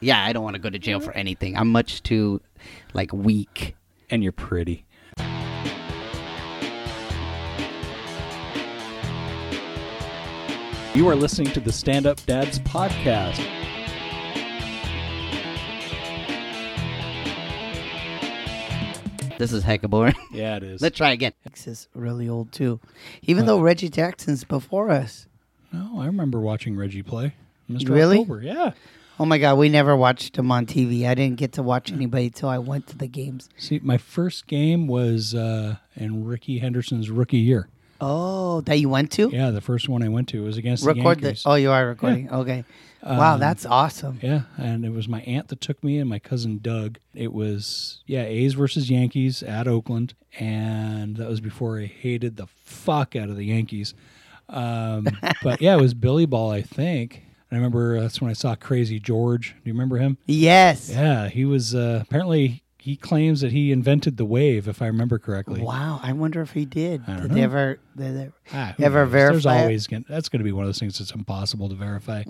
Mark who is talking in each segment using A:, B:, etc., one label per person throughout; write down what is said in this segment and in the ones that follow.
A: Yeah, I don't want to go to jail for anything. I'm much too like weak.
B: And you're pretty. You are listening to the Stand Up Dads podcast.
A: This is hecka boring.
B: Yeah, it is.
A: Let's try again.
C: X is really old too. Even though Reggie Jackson's before us.
B: no, I remember watching Reggie play. Mr.
C: Really?
B: October, yeah.
C: Oh my God, we never watched him on TV. I didn't get to watch
A: Mm.
C: anybody till I went to the games.
B: See, my first game was uh, in Ricky Henderson's rookie year.
C: Oh, that you went to?
B: Yeah, the first one I went to was against
C: Record
B: the
C: the.
B: Yankees. Um,
C: Oh, you are recording. Okay. Wow, that's awesome.
B: Yeah, and it was my aunt that took me and my cousin Doug. It was yeah, A's versus Yankees at Oakland, and that was before I hated the fuck out of the Yankees. Um, but yeah, it was Billy Ball, I think. I remember uh, that's when I saw Crazy George. Do you remember him?
C: Yes.
B: Yeah, he was uh, apparently he claims that he invented the wave, if I remember correctly.
C: Wow, I wonder if he did.
B: don't
C: did
B: know.
C: they ever? Did they,
B: Ah, who
C: ever
B: knows? There's
C: verify it?
B: always gonna, that's going to be one of those things that's impossible to verify.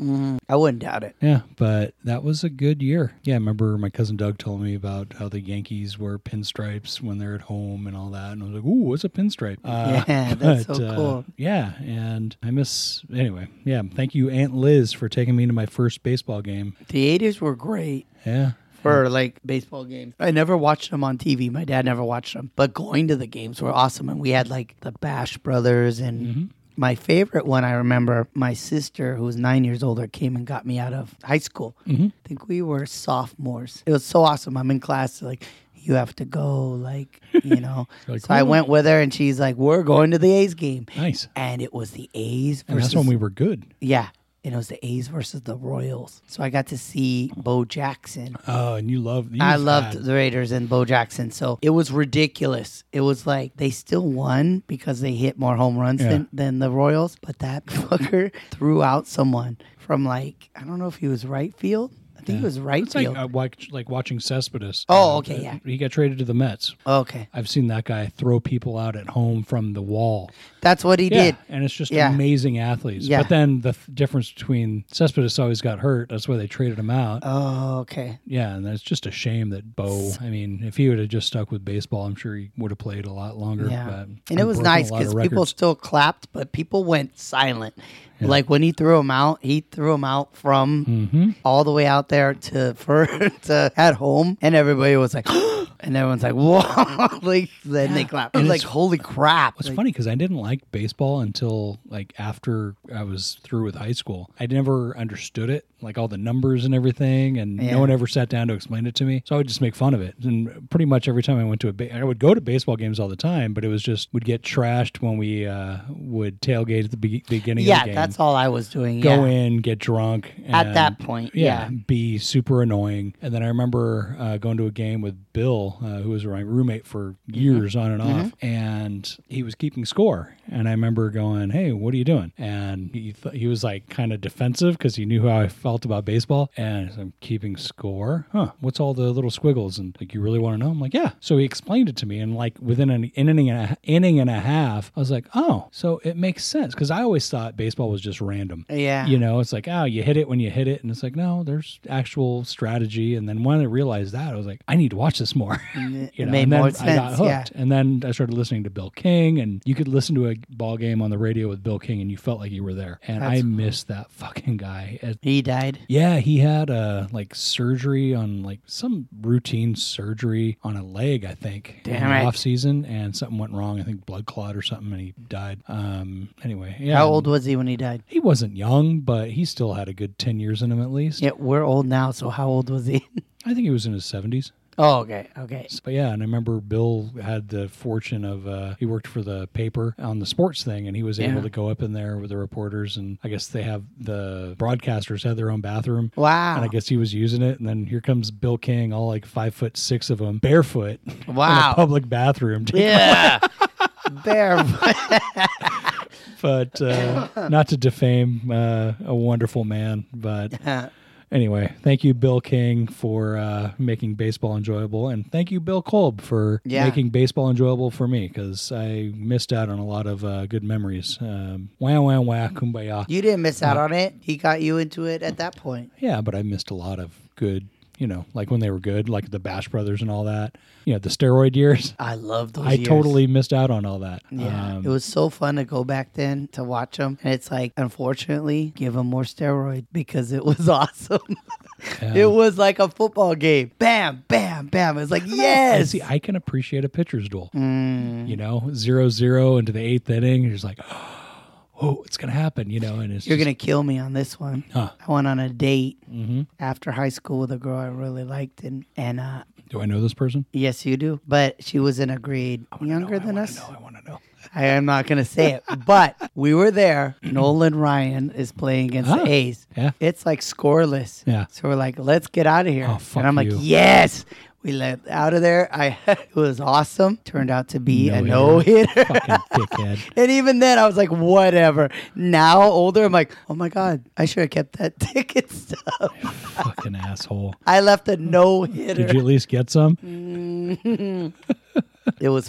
C: I wouldn't doubt it.
B: Yeah, but that was a good year. Yeah, I remember my cousin Doug told me about how the Yankees wear pinstripes when they're at home and all that, and I was like, "Ooh, what's a pinstripe?" Uh,
C: Yeah, that's so
B: uh,
C: cool.
B: yeah, and I miss anyway. Yeah, thank you, Aunt Liz, for taking me to my first baseball game.
C: The eighties were great
B: Yeah,
C: for like baseball games. I never watched them on TV. My dad never watched them, but going to the games were awesome. And we had like the Bash Brothers and.
B: Mm-hmm.
C: My favorite one, I remember my sister, who was nine years older, came and got me out of high school.
B: Mm-hmm.
C: I think we were sophomores. It was so awesome. I'm in class, like, you have to go, like, you know.
B: Like,
C: so I
B: cool.
C: went with her, and she's like, we're going to the A's game.
B: nice.
C: And it was the A's versus
B: And that's when we were good.
C: Yeah. And it was the A's versus the Royals. So I got to see Bo Jackson.
B: Oh, and you loved. You
C: I loved
B: had-
C: the Raiders and Bo Jackson. So it was ridiculous. It was like they still won because they hit more home runs
B: Yeah.
C: than, than the Royals. But that fucker threw out someone from like, I don't know if he was right field. I think he was right
B: It's like
C: field.
B: uh, watch, like watching Cespedes. Uh,
C: Oh, okay, yeah.
B: He got traded to the Mets.
C: okay.
B: I've seen that guy throw people out at home from the wall.
C: That's what he did.
B: Yeah, and it's just
C: Yeah.
B: amazing athletes.
C: Yeah.
B: But then the th- difference between Cespedes always got hurt. That's why they traded him out.
C: Oh, okay.
B: yeah, and it's just a shame that Bo. I mean, if he would have just stuck with baseball, I'm sure he would have played a lot longer.
C: Yeah.
B: But
C: and it was
B: broken um, a
C: nice
B: lot of
C: because people
B: records.
C: still clapped, but people went silent. Like when he threw him out, he threw him out from
B: Mm-hmm.
C: all the way out there to for to at home, and everybody was like, and everyone's like, whoa! like then they clapped. It was like, holy crap!
B: It's
C: Like,
B: funny because I didn't like baseball until like after I was through with high school. I never understood it, like all the numbers and everything, and
C: Yeah.
B: no one ever sat down to explain it to me. So I would just make fun of it. And pretty much every time I went to a, ba- I would go to baseball games all the time, but it was just would get trashed when we uh, would tailgate at the be- beginning of
C: yeah,
B: the game.
C: that's all I was doing.
B: Go
C: yeah.
B: in, get drunk.
C: At
B: and-
C: that point, yeah.
B: Be super annoying. And then I remember uh, going to a game with Bill, uh, who was my roommate for
C: Mm-hmm.
B: years on and off, and he was keeping score. And I remember going, "Hey, what are you doing?" And he th- he was like kind of defensive because he knew how I felt about baseball. And I said, I'm keeping score. Huh? What's all the little squiggles? And like, you really want to know? I'm like, yeah. So he explained it to me, and like within an inning and a, inning and a half, I was like, oh, so it makes sense because I always thought baseball was just random.
C: Yeah.
B: You know, it's like, oh, you hit it when you hit it. And it's like, no, there's actual strategy. And then when I realized that, I was like, I need to watch this more.
C: it made
B: and then
C: more
B: I got
C: sense.
B: hooked.
C: Yeah,
B: And then I started listening to Bill King, and you could listen to a ball game on the radio with Bill King, and you felt like you were there. And I
C: That's-
B: missed that fucking guy. It-
C: he died.
B: yeah, he had uh like surgery on like some routine surgery on a leg, I think,
C: Damn
B: in
C: it.
B: the off season, and something went wrong. I think blood clot or something, and he died. Um, anyway, yeah,
C: How old was he when he died?
B: he wasn't young, but he still had a good 10 years in him at least.
C: Yeah, we're old now. So how old was he?
B: I think he was in his 70s.
C: oh, okay, okay.
B: But yeah, and I remember Bill had the fortune of uh, he worked for the paper on the sports thing, and he was able
C: Yeah.
B: to go up in there with the reporters, and I guess they have the broadcasters had their own bathroom.
C: Wow.
B: And I guess he was using it, and then here comes Bill King, all like five foot six of them, barefoot, in
C: Wow.
B: a public bathroom.
C: Yeah. Bear.
B: but uh, not to defame uh, a wonderful man, but Anyway, thank you, Bill King, for uh, making baseball enjoyable, and thank you, Bill Kolb, for
C: Yeah.
B: making baseball enjoyable for me because I missed out on a lot of uh, good memories. Um, wah wah wah, kumbaya.
C: Uh, You didn't miss out on it. He got you into it at that point.
B: Yeah, but I missed a lot of good, you know, like when they were good, like the Bash Brothers and all that. You know, the steroid years.
C: I love those.
B: I
C: years.
B: totally missed out on all that.
C: Yeah,
B: Um,
C: it was so fun to go back then to watch them, and it's like, unfortunately, give them more steroid because it was awesome. it was like a football game. Bam, bam, bam. It's like
B: and
C: yes.
B: see, I can appreciate a pitcher's duel.
C: Mm.
B: You know, zero zero into the eighth inning. You're just like, oh, it's gonna happen. You know, and it's
C: You're
B: just-
C: gonna kill me on this one.
B: Huh. Mm-hmm.
C: I went on a date after high school with a girl I really liked, and and uh,
B: Do I know this person?
C: yes, you do. But she was in a grade younger than us.
B: I want to know.
C: I am not gonna say it, but we were there. Nolan Ryan is playing against
B: Ah,
C: the A's.
B: yeah.
C: It's like scoreless.
B: Yeah.
C: So we're like, let's get out of here.
B: Oh, fuck
C: and I'm
B: you.
C: like, yes. We let out of there. I it was awesome. Turned out to be a no
B: No-hitter.
C: hitter.
B: Fucking dickhead.
C: And even then, I was like, whatever. Now, older, I'm like, oh my God, I should have kept that ticket stuff.
B: Fucking asshole.
C: I left a no
B: Did you
C: hitter.
B: at least get some?
C: Mm. It was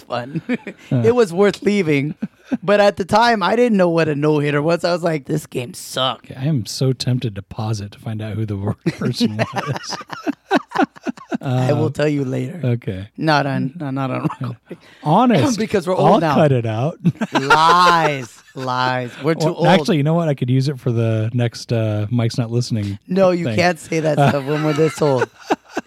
C: fun. it was worth leaving. But at the time, I didn't know what a no hitter was. I was like, this game sucked.
B: I am so tempted to pause it to find out who the wor- person was.
C: I
B: Um,
C: will tell you later.
B: Okay.
C: not on, no, not on record.
B: Honest.
C: Because we're
B: I'll
C: old now.
B: cut it out.
C: lies, lies. We're too
B: Well,
C: old.
B: Actually, you know what? I could use it for the next uh, Mike's Not Listening.
C: no, you
B: thing.
C: can't say
B: Uh,
C: that stuff when we're this old.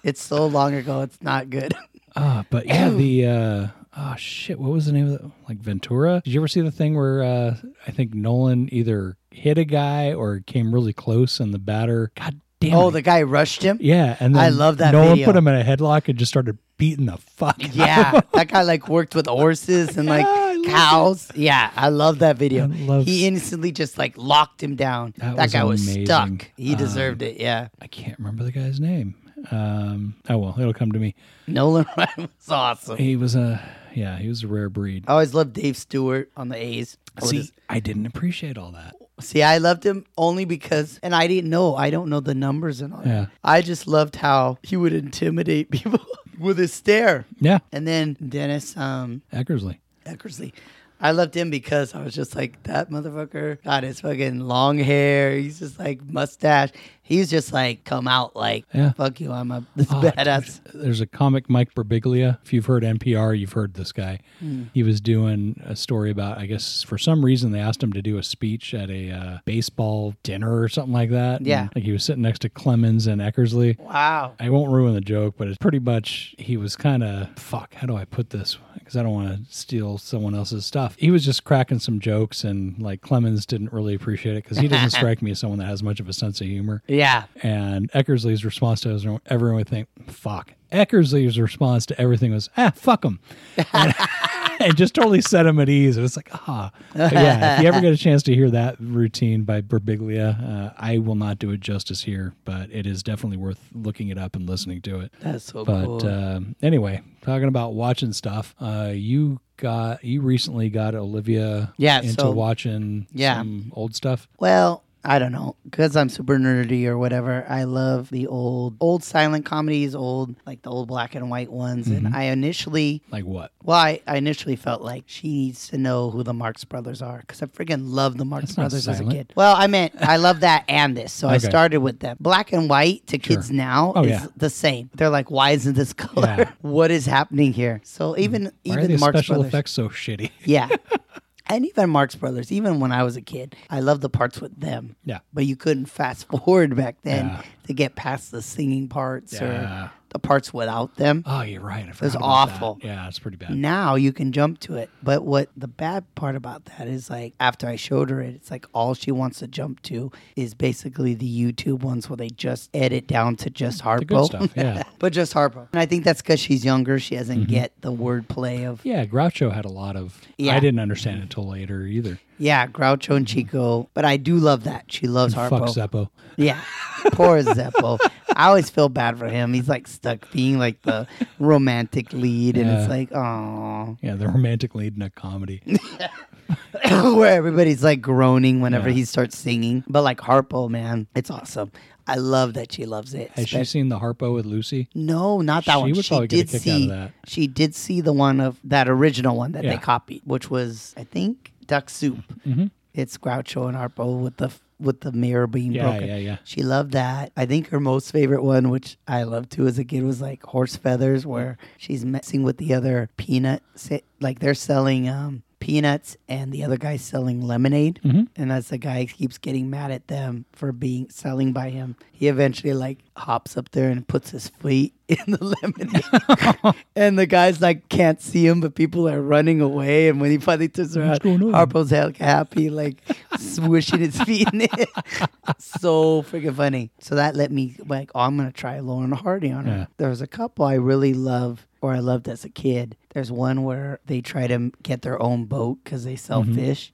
C: It's so long ago. It's not good.
B: Uh, but yeah, the. Uh, Oh shit! What was the name of that? Like Ventura? Did you ever see the thing where uh, I think Nolan either hit a guy or came really close and the batter? God damn!
C: Oh,
B: it.
C: the guy rushed him.
B: Yeah, and then
C: I love that
B: Nolan
C: video.
B: put him in a headlock and just started beating the fuck. out of
C: Yeah, that guy like worked with horses and like
B: Yeah, I love
C: cows. Yeah, I love that video.
B: I love-
C: he instantly just like locked him down.
B: That
C: That,
B: was
C: guy
B: amazing. Uh,
C: was stuck. He deserved it. Yeah,
B: I can't remember the guy's name. Um, oh well, it'll come to me.
C: Nolan Ryan was awesome.
B: He was a yeah, he was a rare breed.
C: I always loved Dave Stewart on the A's. I would
B: See,
C: just-
B: I didn't appreciate all that.
C: see, I loved him only because, and I didn't know. I don't know the numbers and all.
B: Yeah.
C: That. I just loved how he would intimidate people with his stare.
B: Yeah,
C: And then Dennis um,
B: Eckersley.
C: Eckersley. I loved him because I was just like that motherfucker got his fucking long hair. He's just like mustache. He's just like come out like
B: Yeah.
C: fuck you. I'm a this
B: Oh,
C: badass.
B: There's a comic, Mike Birbiglia. If you've heard NPR, you've heard this guy.
C: Hmm.
B: He was doing a story about, I guess, for some reason they asked him to do a speech at a uh, baseball dinner or something like that.
C: Yeah.
B: And, like he was sitting next to Clemens and Eckersley.
C: Wow.
B: I won't ruin the joke, but it's pretty much he was kind of fuck. How do I put this? Because I don't want to steal someone else's stuff. He was just cracking some jokes, and like Clemens didn't really appreciate it because he doesn't strike me as someone that has much of a sense of humor.
C: Yeah.
B: And Eckersley's response to everyone- everyone would think fuck. Eckersley's response to everything was ah fuck him. And, and just totally set him at ease. And it's like, ah, yeah. If you ever get a chance to hear that routine by Berbiglia, uh, I will not do it justice here, but it is definitely worth looking it up and listening to it.
C: That's so
B: But
C: cool.
B: um, anyway, talking about watching stuff, uh, you got you recently got Olivia
C: Yeah,
B: into
C: so-
B: watching
C: Yeah.
B: some old stuff.
C: well, I don't know because I'm super nerdy or whatever. I love the old old silent comedies, old like the old black and white ones.
B: Mm-hmm.
C: And I initially
B: Like what?
C: Well, I, I initially felt like she needs to know who the Marx Brothers are because I freaking loved the Marx
B: That's not
C: Brothers as a
B: silent.
C: kid. Well, I meant I love that and this, so I
B: Okay.
C: started with them. Black and white to
B: Sure.
C: kids now
B: Oh,
C: is
B: yeah.
C: the same. They're like, why isn't this color?
B: Yeah. Mm-hmm.
C: what is happening here? So even
B: Why
C: even
B: are the
C: Marx
B: special
C: Brothers,
B: effects so shitty?
C: yeah, and even Marx Brothers. Even when I was a kid, I loved the parts with them.
B: Yeah.
C: but you couldn't fast forward back then
B: Yeah.
C: to get past the singing parts
B: Yeah.
C: or the parts without them.
B: Oh, you're right. I forgot
C: was
B: about that.
C: awful.
B: Yeah, it's pretty bad.
C: Now you can jump to it. But what the bad part about that is like after I showed her it, it's like all she wants to jump to is basically the YouTube ones where they just edit down to just Harpo.
B: good stuff, Mm-hmm. yeah.
C: but just Harpo. And I think that's because she's younger. She doesn't get the wordplay of
B: Yeah, Groucho had a lot of.
C: Yeah.
B: I didn't understand it until later either.
C: yeah, Groucho and
B: Mm-hmm.
C: Chico. But I do love that. She loves
B: Fuck
C: Harpo.
B: Zeppo.
C: Yeah. Poor Zeppo. I always feel bad for him. He's like stuck being like the romantic lead and
B: Yeah.
C: it's like, oh,
B: Yeah, the romantic lead in a comedy.
C: where everybody's like groaning whenever
B: Yeah.
C: he starts singing. But like Harpo, man, it's awesome. I love that she loves it.
B: Has she
C: Spe-
B: seen the Harpo with Lucy?
C: no, not that
B: She
C: one.
B: would
C: she
B: probably get a
C: did
B: kick out
C: see
B: of that.
C: she did see the one of that original one that
B: Yeah. Mm-hmm.
C: they copied, which was I think Duck Soup. It's Groucho and Harpo with the f- with the mirror being
B: Yeah,
C: broken.
B: yeah, yeah.
C: She loved that. I think her most favorite one, which I loved too as a kid, was like horse feathers, where she's messing with the other peanut. sa- Like they're selling um, peanuts, and the other guy's selling lemonade.
B: Mm-hmm.
C: And as the guy keeps getting mad at them for being selling by him, he eventually like hops up there and puts his feet in the lemonade. and the guy's like can't see him, but people are running away. And when he finally turns around,
B: going on?
C: Harpo's like happy, like swishing his feet in it. so freaking funny. So that let me like, oh, I'm gonna try Lauren Hardy on her.
B: Yeah.
C: There was a couple I really love, or I loved as a kid. There's one where they try to m- get their own boat because they sell
B: Mm-hmm.
C: fish.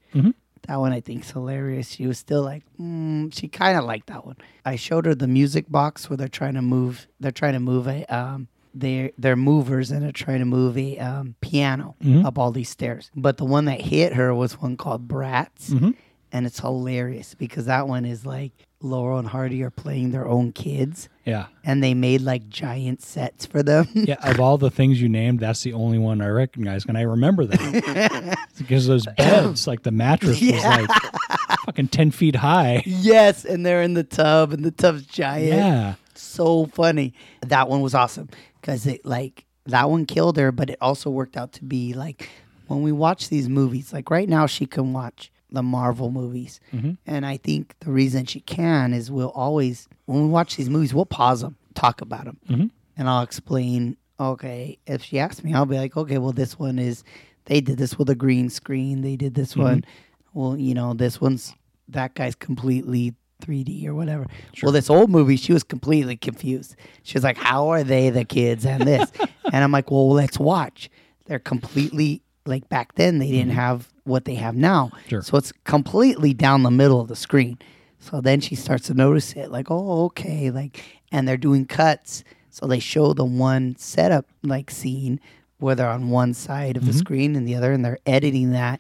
C: That one I think's hilarious. She was still like, mm, she kind of liked that one. I showed her the music box where they're trying to move. They're trying to move a um, they're they're movers and they're trying to move a um, piano up all these stairs. But the one that hit her was one called Bratz, and it's hilarious because that one is like Laurel and Hardy are playing their own kids,
B: Yeah.
C: and they made like giant sets for them.
B: Yeah, of all the things you named, that's the only one I recognize, and I remember that because those beds, like the mattress, was like fucking ten feet high.
C: yes, and they're in the tub, and the tub's giant.
B: Yeah,
C: so funny. That one was awesome because it like that one killed her, but it also worked out to be like when we watch these movies. Like right now, she can watch the Marvel movies, and I think the reason she can is we'll always when we watch these movies, we'll pause them, talk about them, and I'll explain. Okay, if she asks me, I'll be like, okay, well, this one is they did this with a green screen. They did this one. Well, you know, this one's that guy's completely 3D or whatever. Well, this old movie, she was completely confused. She was like, "How are they the kids and this?" and I'm like, "Well, let's watch." They're completely like back then they didn't have what they have now,
B: Sure.
C: so it's completely down the middle of the screen. So then she starts to notice it, like, "Oh, okay," like, and they're doing cuts. So they show the one setup like scene where they're on one side of the screen and the other, and they're editing that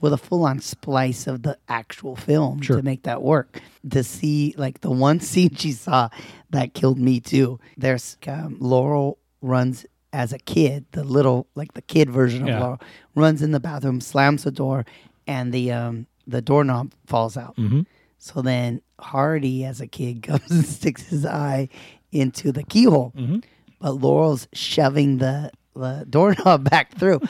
C: with a full on splice of the actual film to make that work. To see like the one scene she saw that killed me too. There's um, Laurel runs as a kid, the little like the kid version of
B: Yeah.
C: Laurel runs in the bathroom, slams the door, and the um the doorknob falls out.
B: Mm-hmm.
C: So then Hardy as a kid comes and sticks his eye into the keyhole.
B: Mm-hmm.
C: But Laurel's shoving the, the doorknob back through.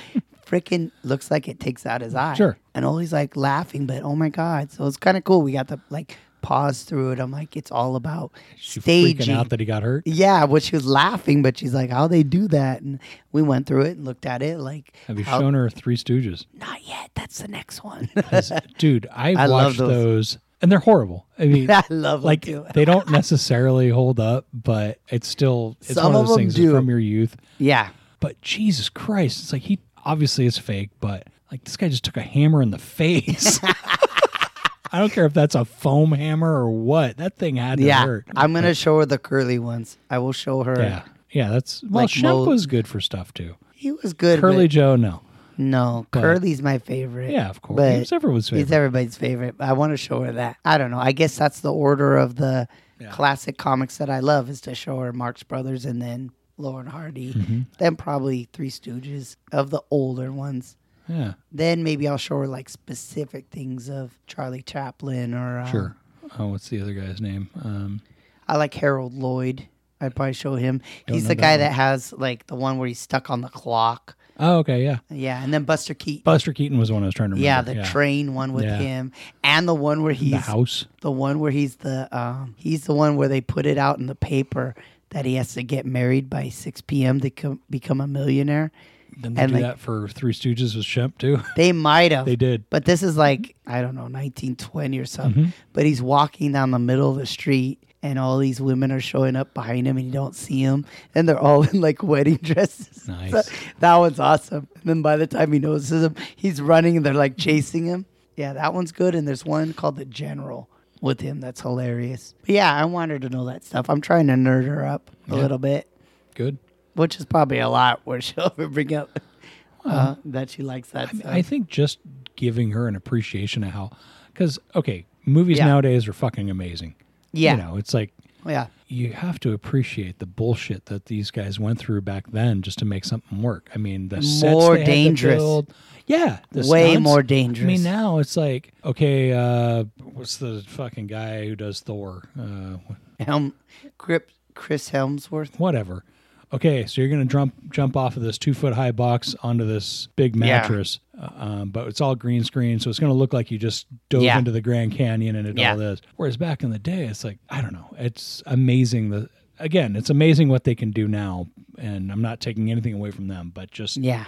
C: Freaking looks like it takes out his eye.
B: Sure.
C: And Ollie's like laughing, but oh my God. So it's kind of cool. We got the like pause through it. I'm like, it's all about
B: she freaking
C: staging.
B: out that he got hurt.
C: yeah, well, she was laughing, but she's like, how they do that? And we went through it and looked at it like,
B: Have you
C: how-
B: shown her Three Stooges?
C: not yet. That's the next one.
B: 'Cause, dude, I've
C: I love
B: watched those. and they're horrible. I mean,
C: I love
B: like
C: them too.
B: they don't necessarily hold up, but it's still it's
C: Some
B: one
C: of
B: of those
C: them
B: things
C: do.
B: from your youth.
C: yeah.
B: But Jesus Christ, it's like he obviously is fake, but like this guy just took a hammer in the face. I don't care if that's a foam hammer or what. That thing had to
C: Yeah.
B: hurt.
C: I'm going to show her the curly ones. I will show her.
B: yeah. Yeah, that's well,
C: Like
B: Shemp
C: mo-
B: was good for stuff too.
C: He was good. but-
B: Curly Joe, no.
C: No, Curly's my favorite.
B: Yeah, of course.
C: But
B: He was everyone's
C: He's
B: favorite.
C: everybody's favorite. I want to show her that. I don't know. I guess that's the order of the classic comics that I love is to show her Marx Brothers and then Lauren Hardy,
B: Mm-hmm.
C: then probably Three Stooges of the older ones.
B: Yeah.
C: Then maybe I'll show her like specific things of Charlie Chaplin or um,
B: Sure. Oh, what's the other guy's name? Um,
C: I like Harold Lloyd. I'd probably show him. He's
B: know
C: the
B: that
C: guy
B: one.
C: that has like the one where he's stuck on the clock.
B: oh, okay, yeah.
C: Yeah, and then Buster Keaton.
B: Buster Keaton was the one I was trying to remember.
C: Yeah, the train one with
B: Yeah.
C: him, and the one where
B: The
C: he's the,
B: house.
C: one where he's the um, he's the one where they put it out in the paper that he has to get married by six p.m. to com- become a millionaire.
B: Then they
C: and,
B: do
C: like-
B: that for Three Stooges with Shemp too.
C: They might have.
B: They did. Mm-hmm.
C: But this is like I don't know, nineteen twenty or something. But he's walking down the middle of the street. And all these women are showing up behind him, and you don't see him, and they're all in like wedding dresses.
B: Nice.
C: So that one's awesome. And then by the time he notices him, he's running, and they're like chasing him. Yeah, that one's good. And there's one called the General with him that's hilarious. But yeah, I want her to know that stuff. I'm trying to nerd her up a little bit,
B: Good.
C: which is probably a lot where she'll bring up uh, that she likes that stuff.
B: I think just giving her an appreciation of how, because okay, movies
C: Yeah.
B: nowadays are fucking amazing.
C: Yeah.
B: you know, it's like
C: yeah.
B: you have to appreciate the bullshit that these guys went through back then just to make something work. I mean, the sets
C: More
B: they had to
C: dangerous.
B: build. yeah, the
C: Way
B: stunts.
C: more dangerous.
B: I mean, now it's like, okay, uh, what's the fucking guy who does Thor? Uh,
C: Helm, Grip, Chris Helmsworth.
B: whatever. Okay, so you're gonna jump jump off of this two foot high box onto this big mattress, uh, um, but it's all green screen, so it's gonna look like you just dove
C: Yeah.
B: into the Grand Canyon and it
C: Yeah.
B: all this. Whereas back in the day, it's like I don't know, it's amazing. The again, it's amazing what they can do now, and I'm not taking anything away from them, but just
C: Yeah.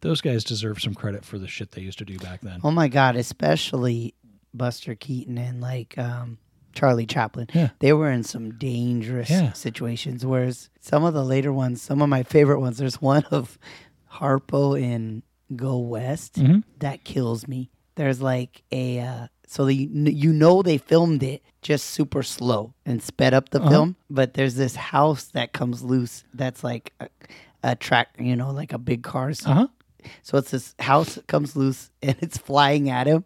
B: those guys deserve some credit for the shit they used to do back then.
C: Oh my God, especially Buster Keaton and like um, Charlie Chaplin.
B: Yeah.
C: They were in some dangerous
B: Yeah.
C: situations. Whereas some of the later ones, some of my favorite ones, there's one of Harpo in Go West
B: Mm-hmm.
C: that kills me. There's like a. Uh, so the, you know they filmed it just super slow and sped up
B: Uh-huh.
C: the film, but there's this house that comes loose that's like a, a track, you know, like a big car.
B: Uh huh.
C: So it's this house that comes loose and it's flying at him,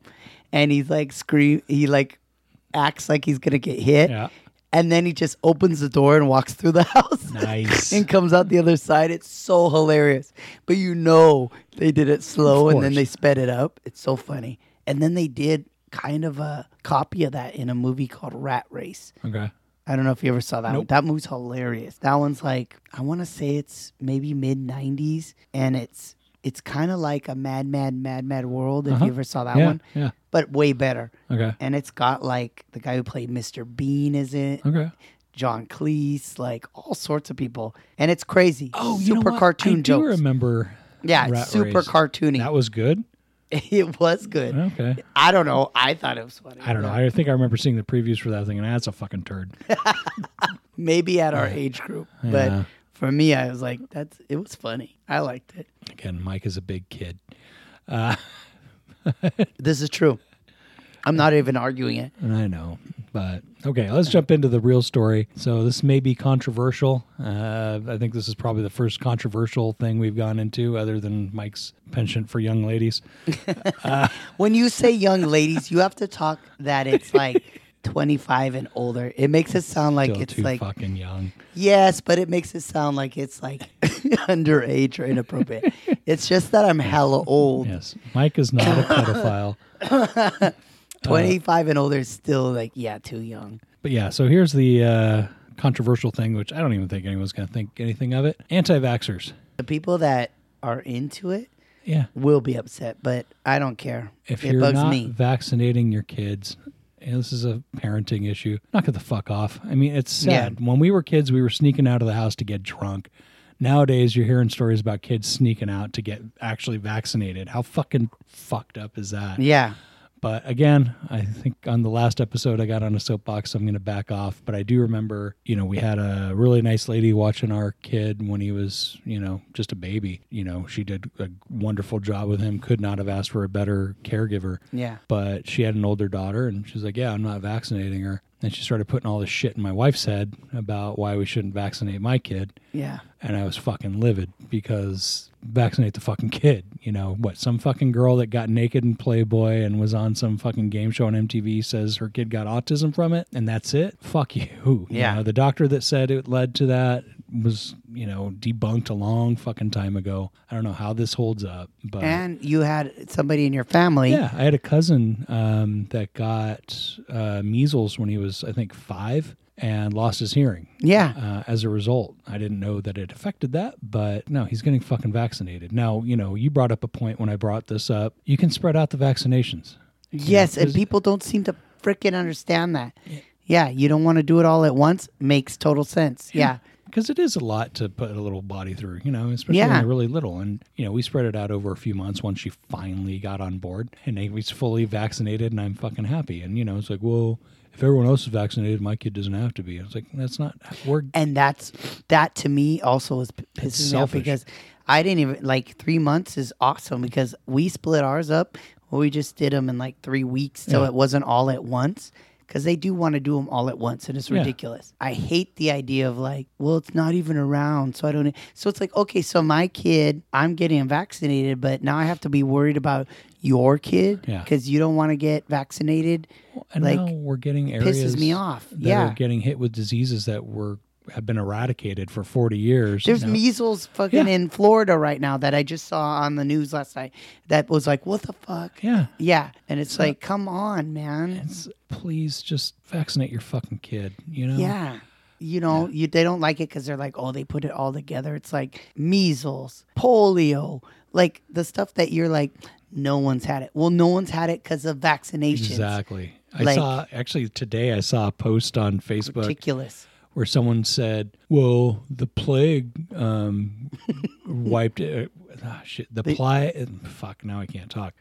C: and he's like scream. He like acts like he's gonna get hit,
B: Yeah.
C: and then he just opens the door and walks through the house.
B: Nice.
C: and comes out the other side. It's so hilarious, but you know they did it slow
B: Of
C: and then
B: course.
C: they sped it up. It's so funny. And then they did kind of a copy of that in a movie called Rat Race.
B: Okay.
C: I don't know if you ever saw that one.
B: Nope.
C: That movie's hilarious. That one's like I want to say it's maybe mid '90s, and it's it's kind of like a Mad Mad Mad Mad World if you ever saw that
B: Uh-huh. yeah.
C: one,
B: Yeah.
C: but way better.
B: Okay.
C: And it's got like the guy who played Mr. Bean is in it,
B: Okay.
C: John Cleese, like all sorts of people, and it's crazy.
B: Oh, you
C: super
B: know what?
C: cartoon
B: I do
C: jokes.
B: remember.
C: yeah,
B: Rat
C: it's super
B: Race.
C: cartoony.
B: That was good.
C: it was good.
B: Okay.
C: I don't know. I thought it was funny.
B: I don't know. I think I remember seeing the previews for that thing, and that's a fucking turd.
C: Maybe at our age group,
B: Yeah.
C: but for me, I was like, that's it was funny. I liked it.
B: Again, Mike is a big kid.
C: This is true. I'm not even arguing it.
B: And I know. But okay, let's jump into the real story. So this may be controversial. Uh, I think this is probably the first controversial thing we've gone into, other than Mike's penchant for young ladies.
C: When you say young ladies, you have to talk that it's like 25 and older. It makes it sound like
B: Still
C: it's
B: too
C: like
B: fucking young.
C: yes, but it makes it sound like it's like underage or inappropriate. it's just that I'm hella old.
B: Yes, Mike is not a pedophile.
C: 25 and older is still like yeah, too young.
B: But yeah, so here's the uh, controversial thing, which I don't even think anyone's going to think anything of it. Anti-vaxxers.
C: The people that are into it
B: Yeah.
C: will be upset, but I don't care.
B: if
C: it
B: you're
C: bugs
B: not
C: me.
B: vaccinating your kids and this is a parenting issue knock it the fuck off i mean it's
C: Yeah.
B: sad when we were kids we were sneaking out of the house to get drunk nowadays you're hearing stories about kids sneaking out to get actually vaccinated how fucking fucked up is that
C: Yeah.
B: but again, I think on the last episode I got on a soapbox, so I'm going to back off. But I do remember, you know, we had a really nice lady watching our kid when he was, you know, just a baby. You know, she did a wonderful job with him. Could not have asked for a better caregiver.
C: Yeah.
B: But she had an older daughter, and she's like, "Yeah, I'm not vaccinating her." And she started putting all this shit in my wife's head about why we shouldn't vaccinate my kid
C: Yeah.
B: and I was fucking livid because vaccinate the fucking kid. You know what? Some fucking girl that got naked in Playboy and was on some fucking game show on MTV says her kid got autism from it, and that's it. Fuck you. You
C: Yeah.
B: know, the doctor that said it led to that was you know debunked a long fucking time ago. I don't know how this holds up, but.
C: And you had somebody in your family.
B: yeah, I had a cousin um, that got uh, measles when he was, I think, five and lost his hearing
C: Yeah.
B: uh, as a result. I didn't know that it affected that, but no, he's getting fucking vaccinated. Now, you know, you brought up a point when I brought this up. You can spread out the vaccinations.
C: Yes, and
B: there's-
C: people don't seem to freaking understand that. Yeah, you don't want to do it all at once. Makes total sense. Yeah.
B: Because it is a lot to put a little body through, you know, especially
C: Yeah.
B: when they're really little. And, you know, we spread it out over a few months once she finally got on board and they- he's fully vaccinated and I'm fucking happy. And, you know, it's like, well, if everyone else is vaccinated, my kid doesn't have to be. I was like, that's not, we're,
C: And that's that to me also is p-
B: It's
C: pisses me off
B: selfish.
C: because I didn't even like three months is awesome because we split ours up. Well, we just did them in like three weeks, so
B: Yeah.
C: it wasn't all at once. because they do want to do them all at once, and it's
B: Yeah.
C: ridiculous. I hate the idea of like, well, it's not even around, so I don't. e-, So it's like, okay, so my kid, I'm getting him vaccinated, but now I have to be worried about your kid
B: Yeah.
C: because you don't want to get vaccinated.
B: And
C: Like,
B: now we're getting areas
C: pisses me off.
B: that
C: Yeah.
B: are getting hit with diseases that were have been eradicated for 40 years.
C: There's
B: Now-
C: measles fucking
B: Yeah.
C: in Florida right now that I just saw on the news last night. That was like, what the fuck?
B: Yeah.
C: Yeah, and it's like, come on, man.
B: It's, please just vaccinate your fucking kid, you know?
C: Yeah. You know, you they don't like it because they're like, oh, they put it all together. It's like measles, polio, like the stuff that you're like, no one's had it. Well, no one's had it because of vaccinations.
B: Exactly. I
C: Like-
B: saw actually today I saw a post on Facebook
C: Ridiculous.
B: where someone said, "Well, the plague um, wiped it. ah, shit, the pli- Fuck, now I can't talk.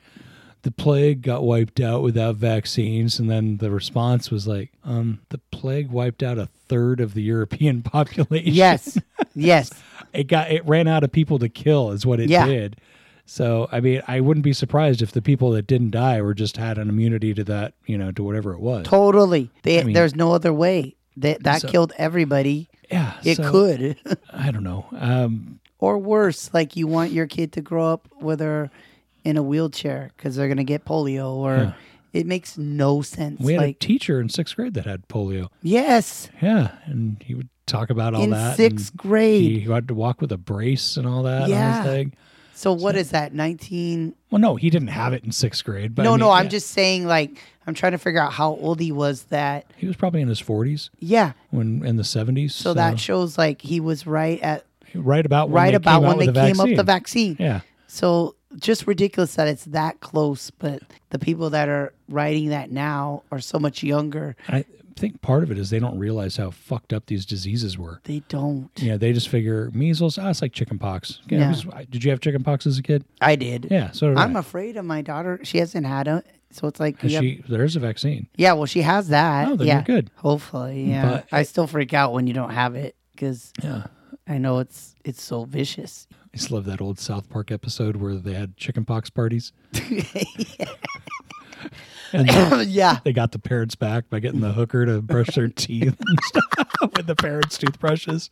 B: The plague got wiped out without vaccines, and then the response was like, um, "The plague wiped out a third of the European population.
C: Yes. yes.
B: it got it ran out of people to kill, is what it
C: Yeah.
B: did." So I mean, I wouldn't be surprised if the people that didn't die were just had an immunity to that, you know, to whatever it was.
C: Totally. They,
B: mean-
C: there's no other way. That that
B: So-
C: killed everybody.
B: yeah,
C: It
B: so,
C: could.
B: I don't know. Um,
C: or worse, like you want your kid to grow up with her in a wheelchair because they're going to get polio or it makes no sense.
B: We had a
C: like,
B: teacher in sixth grade that had polio.
C: yes,
B: Yeah, and he would talk about all
C: in
B: that.
C: sixth
B: and
C: grade.
B: he had to walk with a brace and all that. Yeah.
C: Yeah. so what is that? 19?
B: Well, no, he didn't have it in sixth grade. But
C: No,
B: I mean,
C: no, I'm
B: yeah,
C: just saying like I'm trying to figure out how old he was that.
B: He was probably in his forties
C: Yeah.
B: when in the seventies.
C: So, that shows like he was right at
B: right about when
C: right
B: they
C: about
B: came
C: when
B: out
C: they
B: with
C: came up the vaccine.
B: Yeah,
C: So just ridiculous that it's that close, but the people that are writing that now are so much younger.
B: And I think part of it is they don't realize how fucked up these diseases were.
C: They don't.
B: Yeah, they just figure measles. Ah, it's like chickenpox. Yeah, it
C: Yeah.
B: was- I- did you have chickenpox as a kid?
C: I did.
B: Yeah, so did
C: I'm
B: I.
C: afraid of my daughter. She hasn't had it, so it's like
B: And
C: yeah,
B: she, there's a vaccine.
C: yeah. Well, she has that.
B: Oh, then
C: yeah,
B: you're good.
C: Hopefully, yeah.
B: But-
C: I still freak out when you don't have it because
B: Yeah.
C: I know it's it's so vicious.
B: I just love that old South Park episode where they had chickenpox parties. and
C: yeah,
B: they got the parents back by getting the hooker to brush their teeth and stuff with the parents' toothbrushes.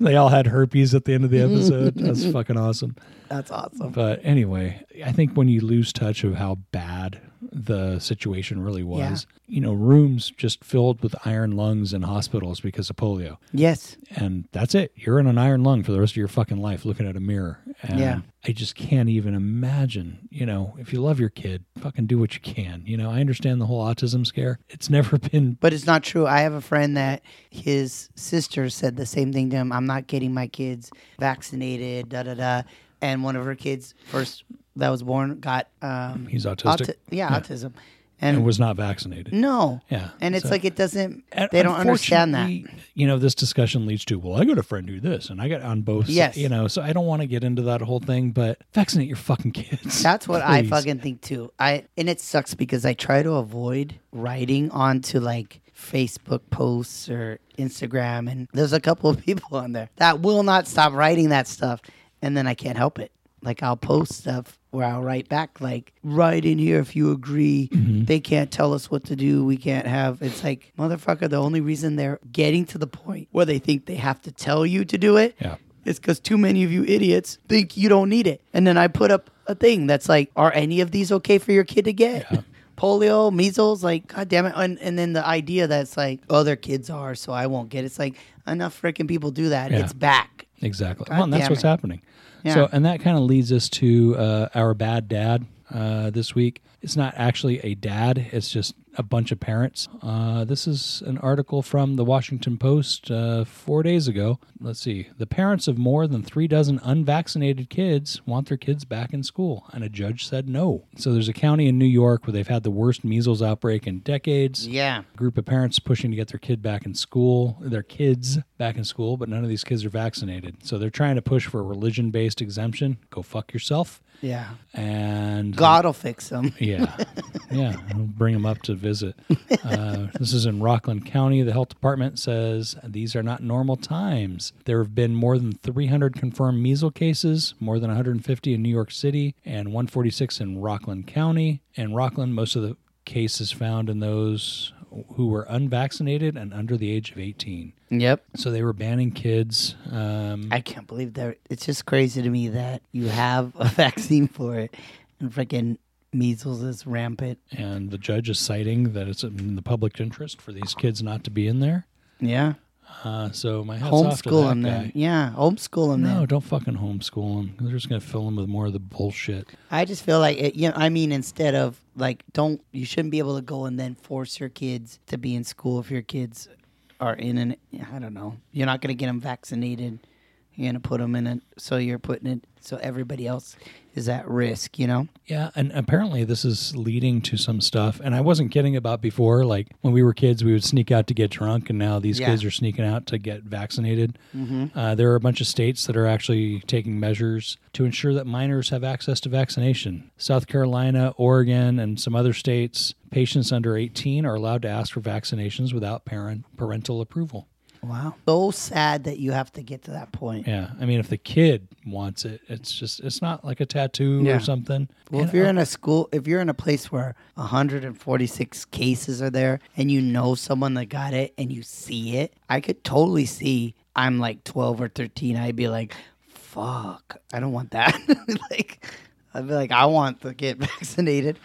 B: They all had herpes at the end of the episode. That's fucking awesome.
C: that's awesome.
B: But anyway, I think when you lose touch of how bad the situation really was, you know, rooms just filled with iron lungs in hospitals because of polio
C: Yes,
B: and that's it. You're in an iron lung for the rest of your fucking life looking at a mirror. And
C: Yeah.
B: I just can't even imagine, you know, if you love your kid, fucking do what you can. You know, I understand the whole autism scare. It's never been
C: but it's not true. I have a friend that his sister said the same thing to him. I'm not getting my kids vaccinated. Da da da. And one of her kids, first that was born, got um,
B: he's autistic
C: auti- yeah, autism,
B: and
C: and
B: was not vaccinated.
C: no,
B: Yeah,
C: and it's
B: so-
C: like it doesn't.
B: And
C: They don't understand that.
B: unfortunately, You know, this discussion leads to, well, I got a friend who this and I got on both. si-
C: Yes.
B: You know, so I don't want to get into that whole thing, but vaccinate your fucking kids.
C: That's what I
B: please.
C: fucking think too. I and it sucks because I try to avoid writing onto like Facebook posts or Instagram and there's a couple of people on there that will not stop writing that stuff and then I can't help it. Like I'll post stuff where I'll write back like right in here if you agree.
B: Mm-hmm.
C: They can't tell us what to do. We can't have it's like motherfucker the only reason they're getting to the point where they think they have to tell you to do it
B: Yeah.
C: it's because too many of you idiots think you don't need it. And then I put up a thing that's like, are any of these okay for your kid to get? Polio, measles, like, god damn it. And, and then the idea that's like, other kids are, so I won't get it. It's like, enough freaking people do that.
B: Yeah.
C: It's back.
B: Exactly. well, and that's
C: damn
B: what's
C: it.
B: happening.
C: Yeah.
B: So, and that kind of leads us to uh, our bad dad uh, this week. It's not actually a dad; it's just a bunch of parents. Uh, this is an article from the Washington Post uh, four days ago. Let's see. The parents of more than three dozen unvaccinated kids want their kids back in school, and a judge said no. So, there's a county in New York where they've had the worst measles outbreak in decades
C: Yeah.
B: group of parents pushing to get their kid back in school, their kids back in school, but none of these kids are vaccinated. So they're trying to push for a religion based exemption. Go fuck yourself.
C: Yeah.
B: And
C: God will fix them.
B: yeah. Yeah. We'll bring them up to visit. Uh, this is in Rockland County. The health department says these are not normal times. There have been more than 300 confirmed measles cases, more than 150 in New York City, and 146 in Rockland County. In Rockland, most of the cases found in those who were unvaccinated and under the age of 18.
C: Yep.
B: So they were banning kids. Um,
C: I can't believe that. It's just crazy to me that you have a vaccine for it, and freaking measles is rampant.
B: and the judge is citing that it's in the public interest for these kids not to be in there.
C: Yeah.
B: Uh, so my hat's off to
C: Homeschool
B: that
C: them then.
B: guy.
C: Yeah, homeschool them
B: No,
C: then.
B: don't fucking homeschool them. They're just gonna fill them with more of the bullshit.
C: I just feel like it. You know, I mean, instead of like, don't you shouldn't be able to go and then force your kids to be in school if your kids are in an. I don't know. You're not gonna get them vaccinated. You're gonna put them in it, so you're putting it so everybody else is at risk. You know.
B: Yeah, and apparently this is leading to some stuff. And I wasn't kidding about before. Like when we were kids, we would sneak out to get drunk, and now these
C: Yeah. Mm-hmm.
B: kids are sneaking out to get vaccinated. Uh, there are a bunch of states that are actually taking measures to ensure that minors have access to vaccination. South Carolina, Oregon, and some other states, patients under 18 are allowed to ask for vaccinations without parent parental approval.
C: Wow. So sad that you have to get to that point.
B: Yeah, I mean, if the kid wants it, it's just it's not like a tattoo
C: Yeah.
B: or something.
C: Well,
B: And
C: if you're in a school, if you're in a place where 146 cases are there and you know someone that got it and you see it, I could totally see I'm like 12 or 13. I'd be like, fuck, I don't want that. like, I'd be like, I want to get vaccinated.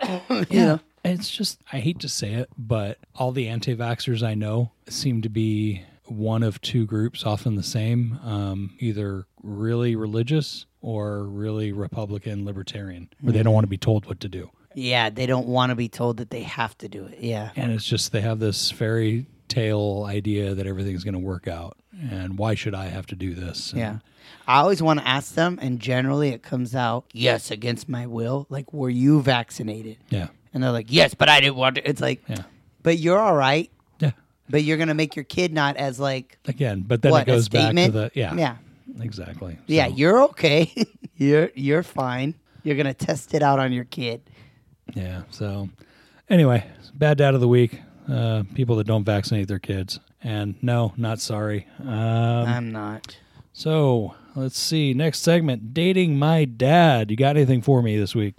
C: you know?
B: It's just, I hate to say it, but all the anti vaxxers I know seem to be one of two groups, often the same um, either really religious or really Republican libertarian, where they don't want to be told what to do.
C: Yeah, they don't want to be told that they have to do it. Yeah.
B: And it's just, they have this fairy tale idea that everything's going to work out. And why should I have to do this? And
C: Yeah. I always want to ask them, and generally it comes out, yes, against my will. Like, were you vaccinated?
B: Yeah.
C: And they're like, yes, but I didn't want to. It's like,
B: Yeah.
C: but you're all right.
B: Yeah.
C: But you're going to make your kid not as like,
B: Again, but then
C: what,
B: it goes
C: a
B: back to
C: statement?
B: the, yeah.
C: Yeah.
B: Exactly.
C: Yeah.
B: So,
C: You're okay. you're, you're fine. You're going to test it out on your kid.
B: Yeah. So, anyway, bad dad of the week. Uh, people that don't vaccinate their kids. And no, not sorry. Um,
C: I'm not.
B: so let's see. Next segment: dating my dad. You got anything for me this week?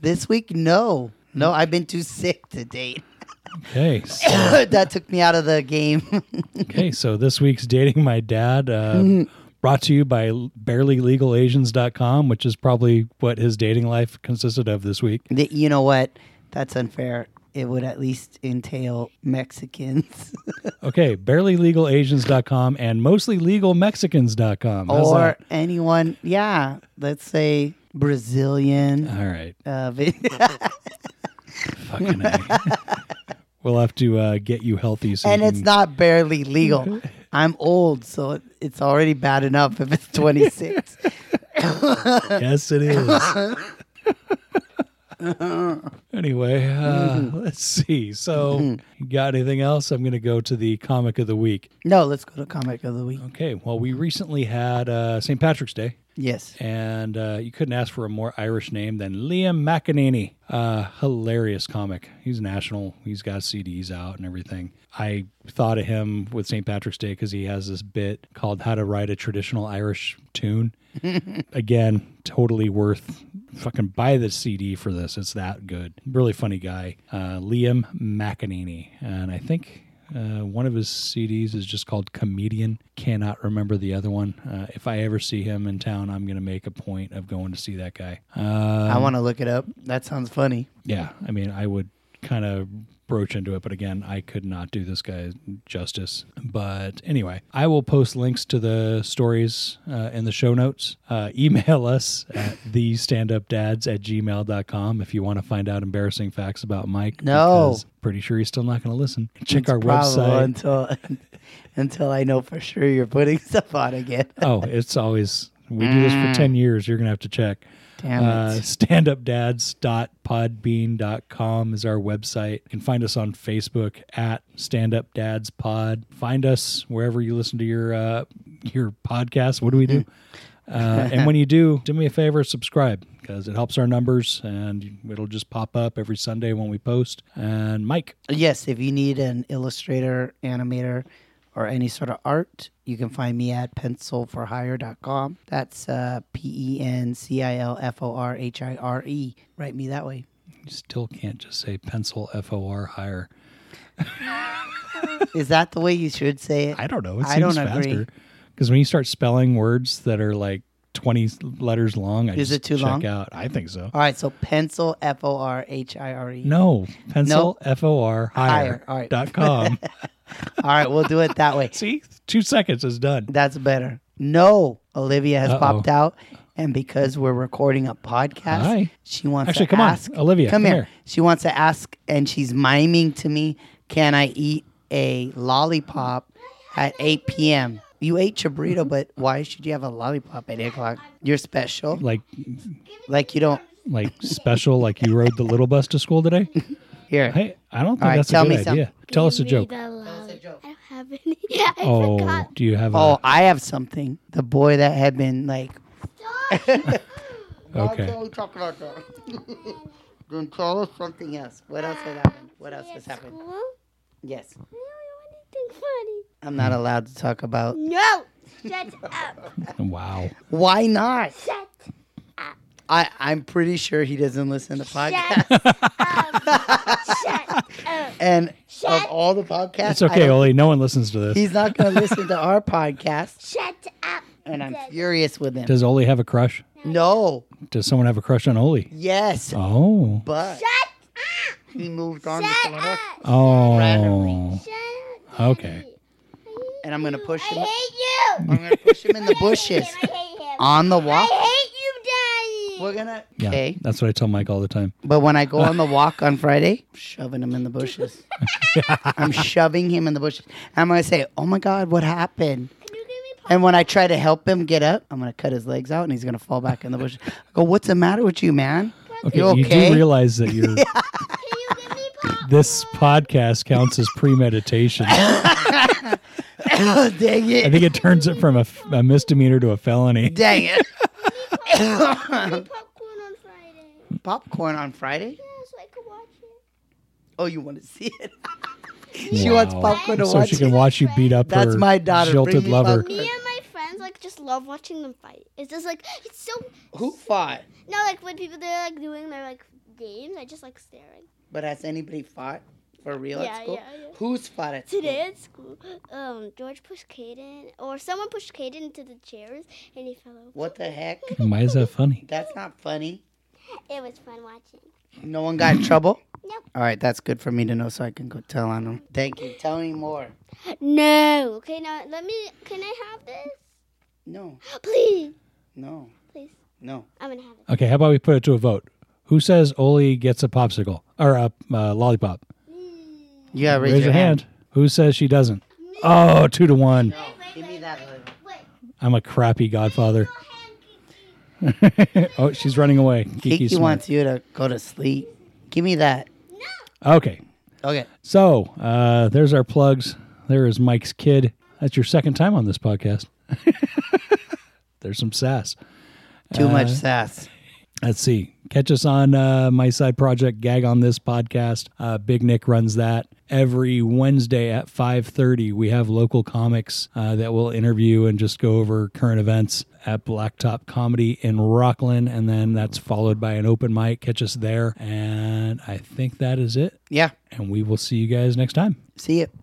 C: This week, no. No, I've been too sick to date.
B: Okay. So,
C: that took me out of the game.
B: okay. So this week's dating my dad. Uh, Brought to you by barelylegalasians.com, which is probably what his dating life consisted of this week.
C: Th- you know what? That's unfair. It would at least entail Mexicans
B: Okay, barelylegalasians.com and mostlylegalmexicans.com. How's
C: or
B: that?
C: anyone. Yeah. Let's say Brazilian.
B: All right.
C: Uh, vi-
B: Fucking A. we'll have to uh, get you healthy. So
C: and
B: you
C: it's
B: can-
C: not barely
B: Mm-hmm.
C: legal. I'm old, so it- it's already bad enough if it's 26.
B: Yes, it is. anyway, uh,
C: Mm-hmm.
B: let's see. So, you got anything else? I'm going to go to the comic of the week.
C: no, let's go to comic of the week.
B: Okay. Well, we recently had uh, St. Patrick's Day.
C: Yes.
B: and uh, you couldn't ask for a more Irish name than Liam McEnany. Uh, hilarious comic. He's national. He's got CDs out and everything. I thought of him with St. Patrick's Day because he has this bit called "How to Write a Traditional Irish Tune." Again, totally worth fucking buy the CD for this. It's that good. Really funny guy, uh, Liam McEnany, and I think. Uh, one of his CDs is just called Comedian. Cannot remember the other one. Uh, if I ever see him in town, I'm going to make a point of going to see that guy. Uh,
C: I want to look it up. That sounds funny.
B: yeah, I mean, I would kind of broach into it, but again, I could not do this guy justice. But anyway, I will post links to the stories uh, in the show notes. Uh, email us at thestandupdads at gmail.com if you want to find out embarrassing facts about Mike.
C: No.
B: because Pretty sure he's still not going to listen. Check our
C: Probably
B: website.
C: until until I know for sure you're putting stuff on again.
B: oh, it's always we do this
C: Mm.
B: for 10 years. You're going to have to check.
C: Damn
B: Uh,
C: it.
B: standupdads.podbean.com is our website. You can find us on Facebook at Stand Up Dads Pod. Find us wherever you listen to your uh, your podcast. What do we do? Uh, and when you do, do me a favor, subscribe because it helps our numbers and it'll just pop up every Sunday when we post. And Mike,
C: Yes, if you need an illustrator, animator, or any sort of art, you can find me at pencilforhire.com. That's uh, P E N C I L F O R H I R E. Write me that way.
B: you still can't just say pencil F O R higher.
C: Is that the way you should say it?
B: I don't know. It
C: I
B: seems
C: don't agree.
B: faster. Because when you start spelling words that are like 20 letters long, I
C: Is
B: just
C: it too
B: check
C: long?
B: out. I think so.
C: All right, so pencil, F O R H I R E.
B: No, pencil, F O R,
C: Hire,
B: hire,
C: all right.
B: dot com.
C: All right, we'll do it that way.
B: See, two seconds is done.
C: That's better. No, Olivia has
B: Uh-oh.
C: popped out, and because we're recording a podcast,
B: Hi.
C: she wants
B: Actually,
C: to
B: come on,
C: ask
B: Olivia,
C: Come,
B: come
C: here.
B: here.
C: She wants to ask, and she's miming to me, "Can I eat a lollipop at 8 p.m.?" You ate your burrito,
B: Mm-hmm.
C: but why should you have a lollipop at 8 o'clock? You're special.
B: Like,
C: Like you don't.
B: like special, like you rode the little bus to school today?
C: Here,
B: Hey, I don't think
C: right,
B: that's
C: tell
B: a
C: me
B: good idea. Tell us a joke.
D: I don't have any. Yeah, I
B: Oh,
D: forgot.
B: do you have a.
C: Oh, I have something. The boy that had been like,
B: okay.
C: talk about that. Then tell us something else. What else has happened? What else has happened?
D: Well,
C: Yes,
D: I don't know
C: I'm not allowed to talk about.
D: anything funny. Shut up.
B: Wow.
C: Why not?
D: Shut
C: I I'm pretty sure he doesn't listen to podcasts.
D: Shut up.
C: And
D: Shut-
C: of all the podcasts,
B: It's
C: I
B: okay,
C: don't-
B: Oli. No one listens to this.
C: he's not going to listen to our podcast,
D: Shut up.
C: and I'm furious with him.
B: Does Oli have a crush?
C: no,
B: Does someone have a crush on Oli?
C: yes,
B: Oh.
C: but
D: Shut
C: he moved on to
D: Shut
C: someone else,
D: up.
B: Oh.
D: Shut up.
B: Okay. Uh,
C: and I'm going to push
D: I
C: him.
D: hate you.
C: I'm going to push him in the bushes
D: I hate him. I
C: on the walk.
D: hate you, Daddy.
C: We're gonna
B: Yeah.
C: okay,
B: That's what I tell Mike all the time.
C: but when I go on the walk on Friday, shoving him in the bushes. I'm shoving him in the bushes. I'm gonna say, "Oh my God, what happened?"
D: Can you give me pop-
C: And when I try to help him get up, I'm gonna cut his legs out, and he's gonna fall back in the bushes. I go, "What's the matter with you, man?"
B: Okay,
C: You okay?
B: do realize that you're
D: Can you give me pop?
B: this podcast counts as premeditation. I
C: Oh, dang it!
B: think it turns it from a, f- a misdemeanor to a felony.
C: Dang it.
D: popcorn on Friday.
C: Popcorn on Friday?
D: Yeah, so I could watch it.
C: Oh, you want to see it? she wants
B: Wow.
C: popcorn to
B: so
C: watch.
B: she can
C: it.
B: watch you beat up
C: That's
B: her
C: my daughter. Bring
B: jilted
C: me
B: lover.
D: Me
C: popcorn.
D: and my friends like just love watching them fight. It's just like it's so
C: Who fought?
D: no like when people they're like doing their like games. I just like staring.
C: But has anybody fought for real
D: Yeah,
C: at school?
D: yeah, yeah.
C: Who's fought at school?
D: Today at school, um, George pushed Caden or someone pushed Caden into the chairs and he fell over.
C: What the heck?
B: Why is that funny?
C: That's not funny.
D: It was fun watching.
C: No one
B: Mm.
C: got in trouble?
D: Nope.
C: All right, that's good for me to know so I can go tell on them. Thank you. Tell me more.
D: No. Okay, now let me. Can I have this?
C: No,
D: Please,
C: no,
D: please.
C: no.
D: I'm gonna have it.
B: Okay, how about we put it to a vote? Who says Oli gets a popsicle or a uh, lollipop?
C: You gotta raise,
B: Raise your hand. Who says she doesn't? Oh, two to one.
C: Give me that little.
D: Wait.
B: I'm a crappy godfather.
D: go ahead, Kiki.
B: oh, she's running away. Kiki,
C: Kiki
B: Smart.
C: wants you to go to sleep. Give me that.
B: Okay,
C: Okay.
B: so uh, there's our plugs. There is Mike's kid. That's your second time on this podcast. there's some sass.
C: Too
B: Uh,
C: much sass.
B: Let's see. Catch us on uh, My Side Project Gag on this podcast. Uh, Big Nick runs that every Wednesday at 5:30. We have local comics uh, that will interview and just go over current events at Blacktop Comedy in Rockland, and then that's followed by an open mic. Catch us there, and I think that is it.
C: Yeah.
B: And we will see you guys next time.
C: See you.